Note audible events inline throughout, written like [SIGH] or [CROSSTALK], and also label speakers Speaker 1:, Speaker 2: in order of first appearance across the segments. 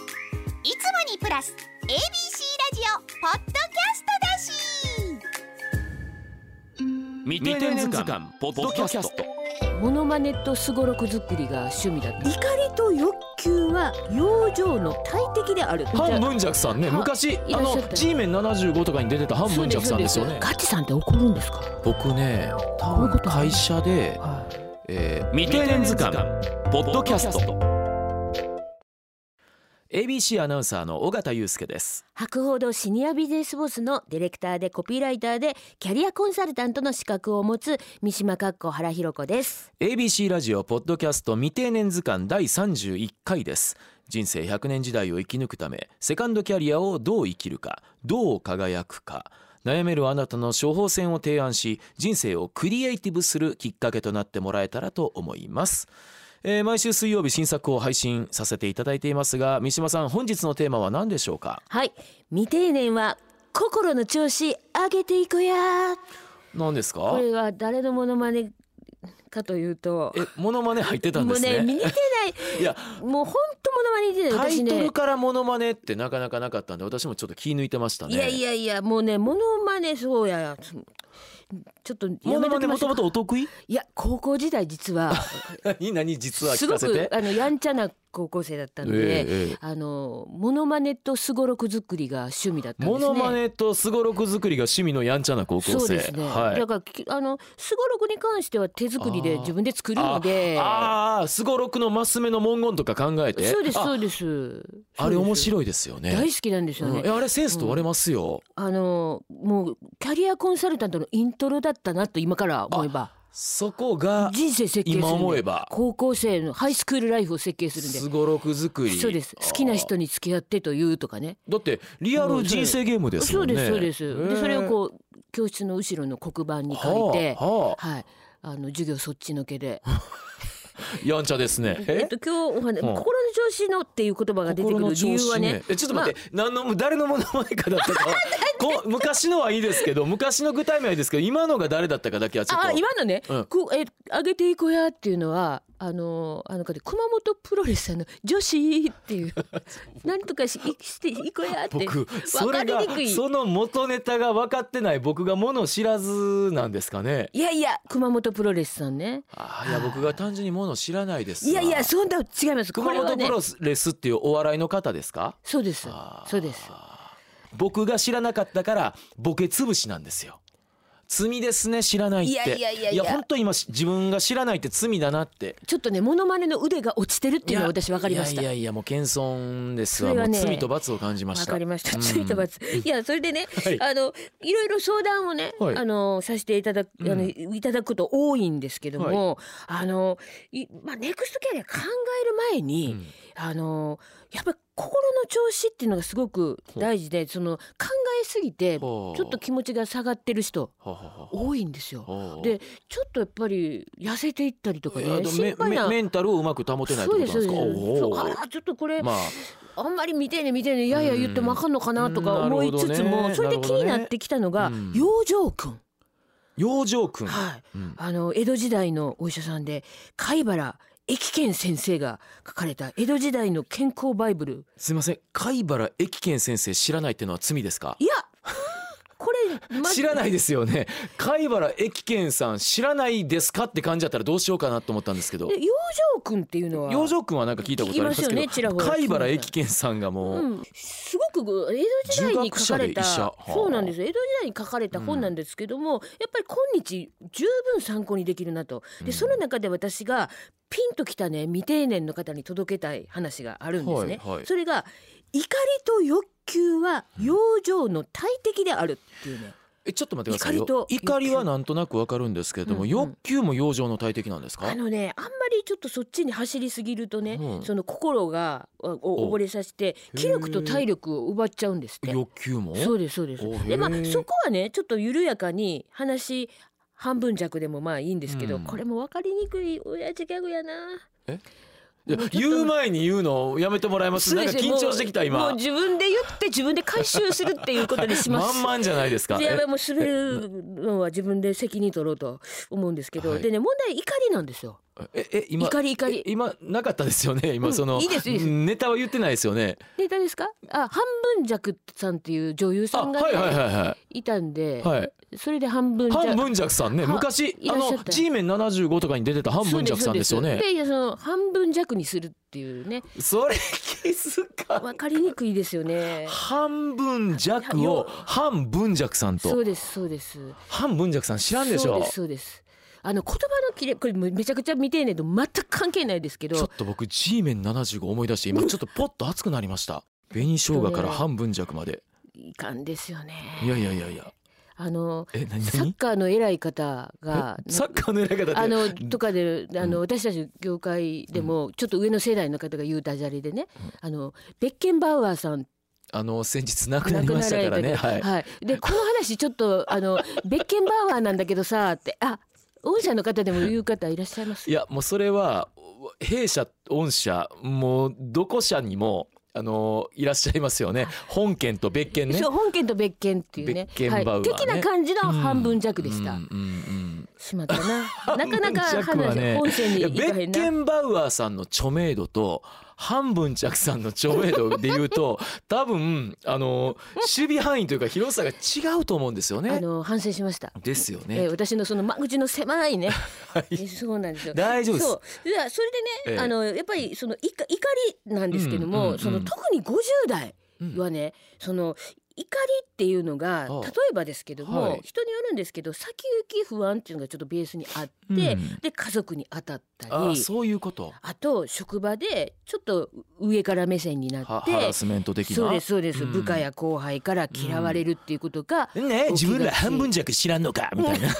Speaker 1: いつもにプラス ABC ラジオポッドキャストだし
Speaker 2: 未定年図鑑ポッドキャスト
Speaker 3: モノマネとすごろく作りが趣味だった
Speaker 4: 怒りと欲求は養生の大敵である
Speaker 5: ハン・ブンジャクさんね
Speaker 3: は
Speaker 5: 昔
Speaker 3: いら
Speaker 5: あ
Speaker 3: っしゃった
Speaker 5: の G メン75とかに出てたハン・ブンジャクさんですよね
Speaker 3: ガチさんって怒るんですか
Speaker 5: 僕ね多分会社で、えー
Speaker 2: 未定年図鑑ポッドキャスト
Speaker 5: ABC アナウンサーの尾形祐介です
Speaker 4: 博報堂シニアビジネスボスのディレクターでコピーライターでキャリアコンサルタントの資格を持つ三島かっこ原弘子です
Speaker 5: ABC ラジオポッドキャスト未定年図鑑第31回です人生100年時代を生き抜くためセカンドキャリアをどう生きるかどう輝くか悩めるあなたの処方箋を提案し人生をクリエイティブするきっかけとなってもらえたらと思います、えー毎週水曜日新作を配信させていただいていますが三島さん本日のテーマは何でしょうか
Speaker 4: はい未定年は心の調子上げていくや
Speaker 5: 何です
Speaker 4: こ
Speaker 5: か
Speaker 4: れは誰のモノマネかというと
Speaker 5: えモノマネ入ってたんで
Speaker 4: もう
Speaker 5: す
Speaker 4: ね見
Speaker 5: ね
Speaker 4: てない
Speaker 5: いや
Speaker 4: もうほんとモノマネ見てな
Speaker 5: タ
Speaker 4: い
Speaker 5: イ
Speaker 4: 私
Speaker 5: ト
Speaker 4: ね
Speaker 5: ルからモノマネってなかなかなかったんで私もちょっと気抜いてましたね
Speaker 4: いやいやいやもうねモノマネそうやちょっと
Speaker 5: モノ
Speaker 4: やめと
Speaker 5: マ
Speaker 4: き
Speaker 5: ネ
Speaker 4: ま
Speaker 5: も
Speaker 4: し
Speaker 5: と
Speaker 4: ょ
Speaker 5: も
Speaker 4: う
Speaker 5: とお得意
Speaker 4: いや高校時代実は
Speaker 5: 何 [LAUGHS] 何実は
Speaker 4: す
Speaker 5: 聞
Speaker 4: ご
Speaker 5: かせ
Speaker 4: く
Speaker 5: て
Speaker 4: あのやんちゃな高校生だったの
Speaker 5: え
Speaker 4: で、
Speaker 5: えええ
Speaker 4: あのモノマネとすごろく作りが趣味だったんです
Speaker 5: モ
Speaker 4: ね。
Speaker 5: ノマネとすごろく作りが趣味のやんちゃな高校生
Speaker 4: そうですね。
Speaker 5: はい
Speaker 4: だからきあのすごろくに関しては手作りで自分で作るので、
Speaker 5: ああすごろくのマス目の文言とか考えて
Speaker 4: そうですそ
Speaker 5: あ
Speaker 4: うです。そうです
Speaker 5: あれ面白いですよね
Speaker 4: 大好きなんですよね。
Speaker 5: うんえあれセンス問われますよ、
Speaker 4: あのもうキャリアコンサルタントのイントロだったなと今から思えば
Speaker 5: そこが
Speaker 4: 人生設計するんで
Speaker 5: 今思えば
Speaker 4: 高校生のハイスクールライフを設計するんです
Speaker 5: ごろく作り
Speaker 4: そうです好きな人に付き合ってというとかね
Speaker 5: だってリアル人生ゲームです
Speaker 4: そ
Speaker 5: も
Speaker 4: うん
Speaker 5: ね
Speaker 4: ですそうです、
Speaker 5: へえ
Speaker 4: でそれをこう教室の後ろの黒板に書いて、
Speaker 5: はあは
Speaker 4: はいあの授業そっちのけで、
Speaker 5: やんちゃですね
Speaker 4: えっと、今日お話、
Speaker 5: はあ
Speaker 4: 心の調子のっていう言葉が出てくる理由はね
Speaker 5: えちょっと待って、何の誰のものまねかだ
Speaker 4: [LAUGHS]
Speaker 5: ったかはこ昔のはいいですけど昔の具体名はいいですけど今のが誰だったかだけはちょっ
Speaker 4: まあ、
Speaker 5: と
Speaker 4: あ今のね、
Speaker 5: うん
Speaker 4: こうえ上げていこうやっていうのはあのあの方熊本プロレスさんの女子っ
Speaker 5: [LAUGHS]
Speaker 4: ていうなんとかしいしていこうやって
Speaker 5: 僕
Speaker 4: 分
Speaker 5: そ
Speaker 4: か
Speaker 5: れ
Speaker 4: り
Speaker 5: が
Speaker 4: にくい
Speaker 5: その元ネタが分かってない僕がもの知らずなんですかね
Speaker 4: いやいや熊本プロレスさんね
Speaker 5: あいや僕が単純にもの知らないです
Speaker 4: いやいや
Speaker 5: そ
Speaker 4: そんな違いますこ
Speaker 5: 熊
Speaker 4: れは
Speaker 5: 本
Speaker 4: ね
Speaker 5: プロレスっていうお笑いの方ですか
Speaker 4: そうです
Speaker 5: あー
Speaker 4: そうです
Speaker 5: 僕が知らなかったからボケ潰しなんですよ罪ですね知らないって
Speaker 4: いやいやいやいや
Speaker 5: 本当今し自分が知らないって罪だなって
Speaker 4: ちょっとねモノマネの腕が落ちてるっていうのは私分かりまし
Speaker 5: い
Speaker 4: た
Speaker 5: やいやいやもう謙遜ですわ、
Speaker 4: それはね
Speaker 5: もう罪と罰を感じまし
Speaker 4: わ
Speaker 5: た
Speaker 4: かりました。
Speaker 5: うん
Speaker 4: ついてます。いや、それでね、
Speaker 5: はい
Speaker 4: あの、いろいろ相談をね、
Speaker 5: はい
Speaker 4: あの、させていただく、あの、いただくこと多いんですけども。あの、いまあ、ネクストキャリア考える前に、
Speaker 5: うん
Speaker 4: あの、やっぱり心の調子っていうのがすごく大事で、その考えすぎて、ち
Speaker 5: ほ
Speaker 4: ょ
Speaker 5: う
Speaker 4: っと気持ちが下がってる人。
Speaker 5: ほうほうほう
Speaker 4: 多いんですよ。
Speaker 5: ほう
Speaker 4: で、ちょっとやっぱり痩せていったりとか
Speaker 5: えー
Speaker 4: ね、
Speaker 5: と
Speaker 4: 心配
Speaker 5: めめ
Speaker 4: な。
Speaker 5: メンタルをうまく保てないって
Speaker 4: そ
Speaker 5: こ
Speaker 4: う
Speaker 5: とな
Speaker 4: で
Speaker 5: ん
Speaker 4: す
Speaker 5: です
Speaker 4: そうです
Speaker 5: か
Speaker 4: そう
Speaker 5: おー
Speaker 4: あーちょっとこれ、
Speaker 5: まあ
Speaker 4: あんまり見てね見てねいやいや言ってもあかんのかなとか
Speaker 5: うん
Speaker 4: 思いつつ
Speaker 5: なるほど
Speaker 4: も、
Speaker 5: ね
Speaker 4: それで気になってきたのが
Speaker 5: なるほどね
Speaker 4: 養生くん、
Speaker 5: 養生君、
Speaker 4: はい
Speaker 5: うん
Speaker 4: あの江戸時代のお医者さんで貝原益健先生が書かれた江戸時代の健康バイブル
Speaker 5: すいません貝原益健先生知らないってのは罪ですか
Speaker 4: いやこれ、ま
Speaker 5: 知らないですよね貝原益健さん知らないですかって感じだったらどうしようかなと思ったんですけど
Speaker 4: で養生くんっていうのは
Speaker 5: 養生君はなんか聞いたことありますけ
Speaker 4: 聞きますよねちら
Speaker 5: ど
Speaker 4: ほら
Speaker 5: 貝原益健さんがもう、
Speaker 4: うん、すごく江戸時代に書かれ
Speaker 5: 儒学者で
Speaker 4: た
Speaker 5: 医者はあ
Speaker 4: そうなんです江戸時代に書かれた本なんですけども、やっぱり今日十分参考にできるなとでその中で私がピンときたね未定年の方に届けたい話があるんですね、
Speaker 5: はいはい
Speaker 4: それが怒りと欲求は養生の大敵であるっていうね、
Speaker 5: えちょっと待ってくださいよ
Speaker 4: 怒りと
Speaker 5: 怒りはなんとなくわかるんですけれども、
Speaker 4: うんうん
Speaker 5: 欲求も養生の大敵なんですか
Speaker 4: あのねあんまりちょっとそっちに走りすぎるとね、
Speaker 5: うん
Speaker 4: その心があを
Speaker 5: お
Speaker 4: 溺れさせて気力と体力を奪っちゃうんですって
Speaker 5: 欲求も
Speaker 4: そうですそうです
Speaker 5: お。へ
Speaker 4: で
Speaker 5: え
Speaker 4: まあそこはねちょっと緩やかに話半分弱でもまあいいんですけど、
Speaker 5: うん
Speaker 4: これも分かりにくい親父ギャグやな。
Speaker 5: いや
Speaker 4: もうちょっと
Speaker 5: 言う前に言うのやめてもらえますなんか緊張してきた
Speaker 4: もうも
Speaker 5: 今
Speaker 4: う自分で言って自分で回収するっていうことにしま
Speaker 5: ま
Speaker 4: す。
Speaker 5: んまんじゃないですか
Speaker 4: でやばいもう滑るのは自分で責任取ろうと思うんですけど、
Speaker 5: はい
Speaker 4: でね問題怒りなんですよ。
Speaker 5: えええ今
Speaker 4: 怒り怒り
Speaker 5: え今なかったですよね
Speaker 4: う
Speaker 5: 今
Speaker 4: ん
Speaker 5: その、
Speaker 4: いいですいいです
Speaker 5: ネタは言ってないですよね
Speaker 4: ネタですかあ半分弱さんっていう女優
Speaker 5: あ
Speaker 4: さんが、
Speaker 5: は
Speaker 4: ね、
Speaker 5: いはいはい
Speaker 4: たんで、
Speaker 5: いはい
Speaker 4: それで半分弱
Speaker 5: 半分弱さんね
Speaker 4: は
Speaker 5: 昔
Speaker 4: い
Speaker 5: あ
Speaker 4: らっしゃった
Speaker 5: の G メン75とかに出てた半分弱さんですよ
Speaker 4: そう
Speaker 5: ね
Speaker 4: でいやその半分弱にするっていう
Speaker 5: [LAUGHS]
Speaker 4: ね
Speaker 5: それ気づか
Speaker 4: わかりにくいですよね
Speaker 5: 半分弱を半分弱さん
Speaker 4: そ
Speaker 5: と
Speaker 4: うですそうです
Speaker 5: 半分弱さん知らんでし
Speaker 4: そう
Speaker 5: ょ
Speaker 4: ですそうですあの言葉の切れこれめちゃくちゃ見てえねんと全く関係ないですけど
Speaker 5: ちょっと僕 G メン75思い出して今ちょっとポッと熱くなりました紅生姜から半分弱まで
Speaker 4: いかんですよね
Speaker 5: いやいやいやいや
Speaker 4: あの
Speaker 5: え何
Speaker 4: サッ
Speaker 5: 何
Speaker 4: カーの偉い方が
Speaker 5: えサッカーのやり方って
Speaker 4: あのとかであの、私たち業界でもちょっと上の世代の方が言うダジャレでね、あのベッケンバウアーさん
Speaker 5: あの先日亡
Speaker 4: 亡
Speaker 5: くなりましたからね
Speaker 4: くなら
Speaker 5: は
Speaker 4: れ
Speaker 5: い
Speaker 4: たはい、でこの話ちょっと
Speaker 5: [LAUGHS]
Speaker 4: あのベッケンバウアーなんだけどさってあ御社の方でも言う方いらっしゃいます
Speaker 5: いやもうそれは弊社御社もうどこ社にもあのいらっしゃいますよね本県と別件ね
Speaker 4: そう本件と別件っていうね
Speaker 5: 別件バウアーね
Speaker 4: はい、的な感じの半分弱でした、
Speaker 5: うんうんうん
Speaker 4: しまったななかなか
Speaker 5: 半分弱は
Speaker 4: 話、
Speaker 5: ね
Speaker 4: 本線
Speaker 5: い
Speaker 4: に
Speaker 5: や
Speaker 4: 行か
Speaker 5: ベ
Speaker 4: へん
Speaker 5: ッ
Speaker 4: な
Speaker 5: ケンバウアーさんの著名度と半分着さんの著名度で言う
Speaker 4: [LAUGHS]
Speaker 5: と多分あの守備範囲というか広さが違うと思うんですよ
Speaker 4: あ
Speaker 5: ね。
Speaker 4: の反省しました
Speaker 5: ですよ
Speaker 4: え
Speaker 5: ね
Speaker 4: ー。私のその間口の狭いね、
Speaker 5: [LAUGHS]
Speaker 4: えーそうなんですよ
Speaker 5: 大丈夫です
Speaker 4: そういやそれで
Speaker 5: え
Speaker 4: ね、
Speaker 5: え
Speaker 4: あのやっぱりその怒怒りなんですけど
Speaker 5: うんう
Speaker 4: も、
Speaker 5: んうん
Speaker 4: その特に50代はね、その怒りっていうの
Speaker 5: あ
Speaker 4: が
Speaker 5: あ
Speaker 4: 例えばですけども、
Speaker 5: はい
Speaker 4: 人によるんですけど先行き不安っていうのがちょっとベースにあって、
Speaker 5: うん
Speaker 4: で家族に当たったり
Speaker 5: あーそういうこと。
Speaker 4: あと職場でちょっと上から目線にな
Speaker 5: はハ
Speaker 4: っ
Speaker 5: ラ
Speaker 4: て
Speaker 5: スメント的な。
Speaker 4: そうですそうです、
Speaker 5: うん
Speaker 4: 部下や後輩から嫌われるっていうことが、
Speaker 5: ね
Speaker 4: 起きがち
Speaker 5: 自分ら半分弱知らんのかみ [LAUGHS] たいな。い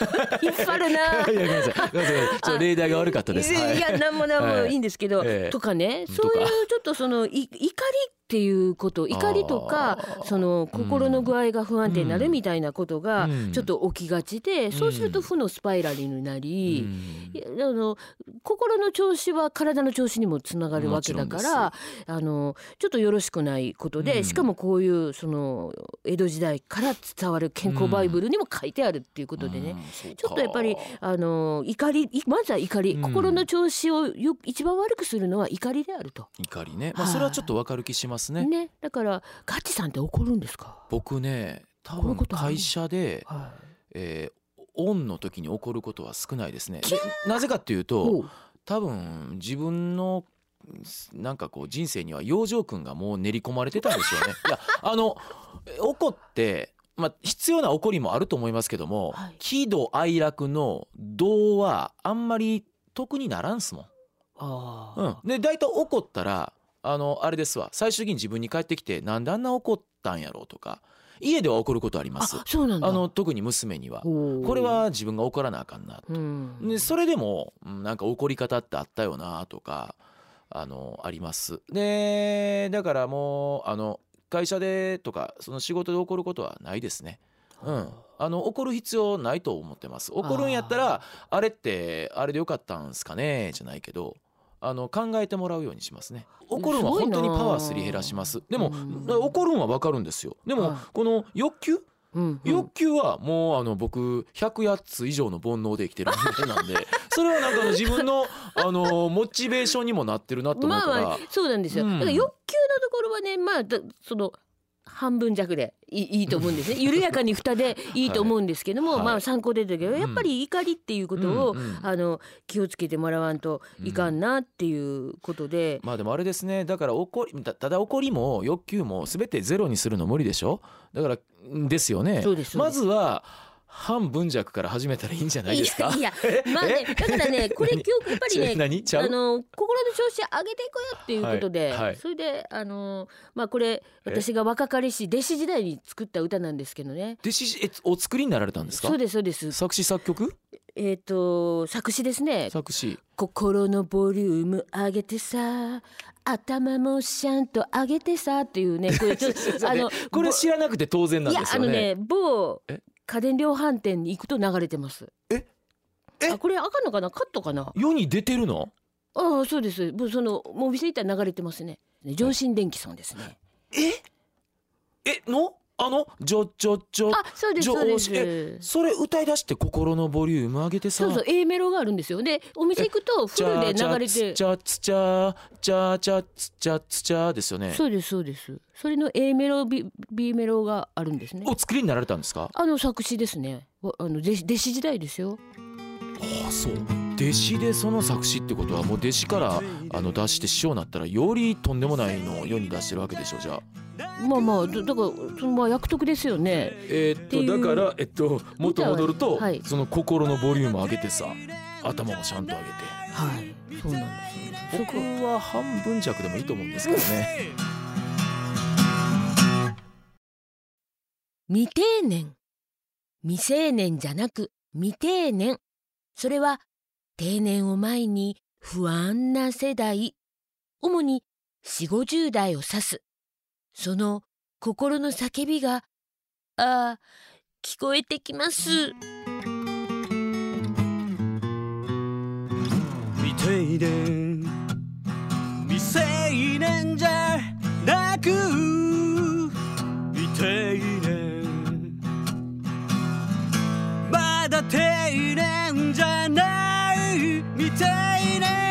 Speaker 4: 引っ張るな
Speaker 5: やごめんなさい。ごめんなさい。ちょっと例題が悪かったです。
Speaker 4: い
Speaker 5: は
Speaker 4: や
Speaker 5: い
Speaker 4: いやなんもなんも
Speaker 5: はい
Speaker 4: いいんですけど、
Speaker 5: ええ
Speaker 4: とかね
Speaker 5: と
Speaker 4: そ
Speaker 5: か
Speaker 4: ういうちょっとそのい怒りっていうこと怒りとか
Speaker 5: あー
Speaker 4: その心の具合が不安定になるみたいなことが
Speaker 5: うん
Speaker 4: ちょっと起きがちで、そうすると負のスパイラルにな
Speaker 5: う
Speaker 4: り、
Speaker 5: ん
Speaker 4: いやあの心の調子は体の調子にもつながるわけだか
Speaker 5: もちろん
Speaker 4: らあのちょっとよろしくないことで、
Speaker 5: うん
Speaker 4: しかもこういうその江戸時代から伝わる健康バイブルにも書いてあるっていうことでね、
Speaker 5: うんそうか
Speaker 4: ちょっとやっぱりあの怒りいまずは怒り、
Speaker 5: うん
Speaker 4: 心の調子をよ一番悪くするのは怒りであると
Speaker 5: 怒りね。まあそれはちょっとわかる気しますね
Speaker 4: ね。だからガチさんって怒るんですか、
Speaker 5: 僕ね多
Speaker 4: こういう
Speaker 5: 分
Speaker 4: ことある
Speaker 5: 会社で、
Speaker 4: は
Speaker 5: えーオンの時に起こることは少ないですね。でなぜかっていう
Speaker 4: い、
Speaker 5: と
Speaker 4: おう
Speaker 5: 多分自分のなんかこう人生には養生君がもう練り込まれてたんです
Speaker 4: [LAUGHS]
Speaker 5: よね。いやあの怒ってまあ、必要な怒りもあると思いますけども、
Speaker 4: はい
Speaker 5: 喜怒哀楽の道はあんまり得にならんすもん。
Speaker 4: あ
Speaker 5: うん
Speaker 4: あ、、
Speaker 5: で大体怒ったらあのあれですわ最終的に自分に返ってきてなんであんな怒ったんやろうとか家では怒ることありま
Speaker 4: あ
Speaker 5: すあ
Speaker 4: そうなんだ
Speaker 5: の特に娘には
Speaker 4: おう
Speaker 5: これは自分が怒らなあかんな
Speaker 4: うん
Speaker 5: でそれでもうんなんか怒り方ってあったよなとかあのありますでだからもうあの会社でとかその仕事で怒ることはないですねうんあの怒る必要ないと思ってます怒るんやったらあれってあれでよかったんすかねじゃないけどあの考えてもらうようにしますね怒るんは
Speaker 4: すごい
Speaker 5: 本
Speaker 4: な
Speaker 5: 当にパワーすり減らしますでも
Speaker 4: うん
Speaker 5: 怒るんはわかるんですよでも
Speaker 4: はい
Speaker 5: この欲求
Speaker 4: うんうん
Speaker 5: 欲求はもうあの僕108つ以上の煩悩で生きてる人間なん
Speaker 4: [LAUGHS]
Speaker 5: でそれはなんかあの自分のあのモチベーションにもなってるなと思う
Speaker 4: まあ
Speaker 5: から、
Speaker 4: まあそうなんですよ、
Speaker 5: うん
Speaker 4: だから欲求のところはねまあだその半分弱でいいいいと思うん
Speaker 5: [LAUGHS]
Speaker 4: ですね緩やかに蓋でいいと思うんですけども、
Speaker 5: はい
Speaker 4: まあ参考でだけどやっぱり怒りっていうことを、
Speaker 5: うんうん
Speaker 4: あの気をつけてもらわんといかんなっていうことで、
Speaker 5: まあでもあれですねだから怒りたただ怒りも欲求も全てゼロにするの無理でしょだからんですよね
Speaker 4: そうですそう
Speaker 5: ま
Speaker 4: です
Speaker 5: ずは半分弱から始めたらいいんじゃないですか
Speaker 4: いやいやまあね
Speaker 5: え
Speaker 4: だから
Speaker 5: [LAUGHS]
Speaker 4: ねこれ
Speaker 5: 何
Speaker 4: 今日やっぱりね
Speaker 5: ち何ちゃ
Speaker 4: あ
Speaker 5: う
Speaker 4: の心の調子上げていこうよっていうことで、
Speaker 5: はいはい
Speaker 4: それであのまあこれ私が若かりし弟子時代に作った歌なんですけどね
Speaker 5: 弟子えお作りになられたんですか
Speaker 4: そうですそうです
Speaker 5: 作詞作曲
Speaker 4: えっ、と作詞ですね
Speaker 5: 作詞
Speaker 4: 心のボリューム上げてさ頭もシャンと上げてさっていうねこれ
Speaker 5: [LAUGHS]
Speaker 4: ちょっとあの
Speaker 5: これ知らなくて当然なん
Speaker 4: いや
Speaker 5: です
Speaker 4: あ
Speaker 5: よ
Speaker 4: の
Speaker 5: ね
Speaker 4: ね某
Speaker 5: え
Speaker 4: 家電量販店に行くと流れてます
Speaker 5: え
Speaker 4: あこれ赤のかなカットかな
Speaker 5: 世に出てるの
Speaker 4: ああそうですもうそのもうお店行ったら流れてますね上新電機さんですね
Speaker 5: えのあの「ジョジョジョ
Speaker 4: あそうです
Speaker 5: 上
Speaker 4: そうで
Speaker 5: え
Speaker 4: す
Speaker 5: それ歌い出して心のボリューム上げてさ
Speaker 4: そうそう A メロがあるんですよでお店行くとフ
Speaker 5: チ
Speaker 4: ルで
Speaker 5: ャチ
Speaker 4: 流
Speaker 5: ャ
Speaker 4: れ
Speaker 5: ツ
Speaker 4: て
Speaker 5: チャツチャチャチャツチャツチャですよね
Speaker 4: そうですそうですそれの A メロ B, B メロがあるんですね
Speaker 5: お作りになられたんですか
Speaker 4: あの作詞ですねわあの弟子弟子時代ですよ
Speaker 5: あそう弟子でその作詞ってことはもう弟子からあの出して師匠になったらよりとんでもないのを世に出してるわけでしょじゃあ
Speaker 4: まあまあだだからそのまあ約束ですよね
Speaker 5: えーっ
Speaker 4: ってい
Speaker 5: と
Speaker 4: う
Speaker 5: だからえっと元戻ると、
Speaker 4: はい
Speaker 5: その心のボリューム上げてさ頭もちゃんと上げて
Speaker 4: はいそうなんですよそ
Speaker 5: 僕
Speaker 4: こ
Speaker 5: は半分弱でもいいと思うんですけどね
Speaker 4: 未定年未成年じゃなく未定年それは定年を前に不安な世代主に4 5 0代を指すその心の叫びがああ聞こえてきます
Speaker 6: 未定年未成年じゃなく未定年まだ定年じゃない未定年